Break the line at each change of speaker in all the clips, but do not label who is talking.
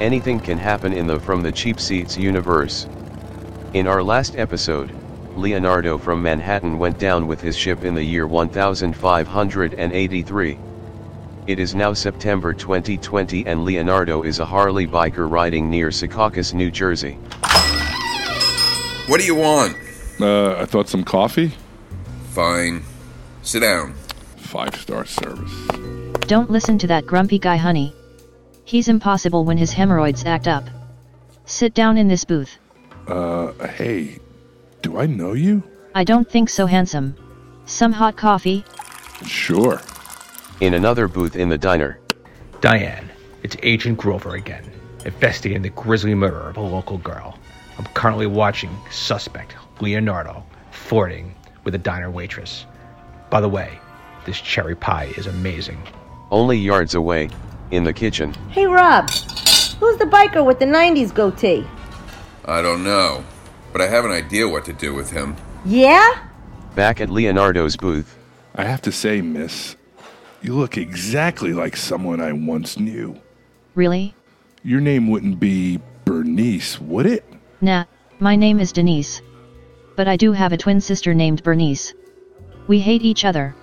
anything can happen in the From the Cheap Seats universe. In our last episode, Leonardo from Manhattan went down with his ship in the year 1583. It is now September 2020 and Leonardo is a Harley biker riding near Secaucus, New Jersey.
What do you want?
Uh, I thought some coffee.
Fine. Sit down.
Five star service.
Don't listen to that grumpy guy, honey. He's impossible when his hemorrhoids act up. Sit down in this booth.
Uh, hey, do I know you?
I don't think so, handsome. Some hot coffee?
Sure.
In another booth in the diner,
Diane, it's Agent Grover again, investigating the grisly murder of a local girl. I'm currently watching suspect Leonardo flirting with a diner waitress. By the way, this cherry pie is amazing.
only yards away, in the kitchen,
Hey Rob, who's the biker with the 90s goatee?
I don't know, but I have an idea what to do with him.
Yeah?
back at Leonardo's booth,
I have to say, miss, you look exactly like someone I once knew.
Really?
Your name wouldn't be Bernice, would it?
Nah, my name is Denise. But I do have a twin sister named Bernice. We hate each other.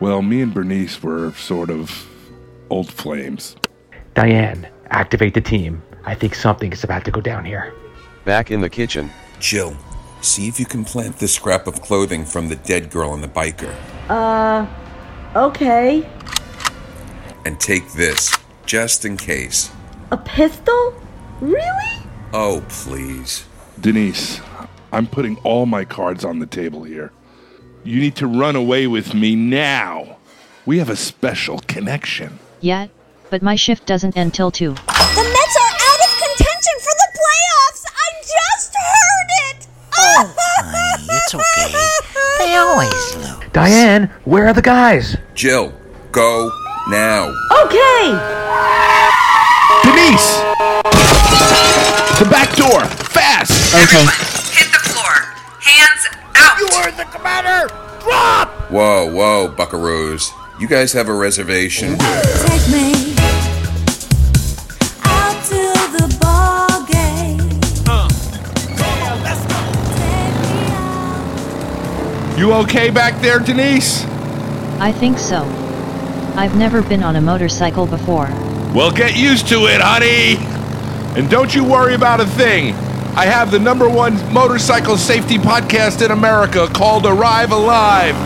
Well, me and Bernice were sort of old flames.
Diane, activate the team. I think something is about to go down here.
back in the kitchen,
Jill, see if you can plant this scrap of clothing from the dead girl and the biker.
Uh, okay.
And take this, just in case.
A pistol? Really?
Oh, please.
Denise, I'm putting all my cards on the table here. You need to run away with me now. We have a special connection.
Yet? But my shift doesn't end till 2.
The Mets are out of contention for the playoffs. I just heard it. Oh,
honey, it's okay. They always lose.
Diane, where are the guys?
Jill, go now.
Okay!
Denise! The back door! Fast!
Everyone, hit the floor. Hands out.
Whoa, whoa, buckaroos. You guys have a reservation.
Take me out to the ball game. Take me out.
You okay back there, Denise?
I think so. I've never been on a motorcycle before.
Well, get used to it, honey! And don't you worry about a thing. I have the number one motorcycle safety podcast in America called Arrive Alive.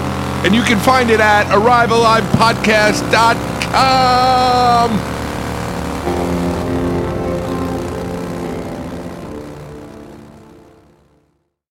And you can find it at arrivealivepodcast.com.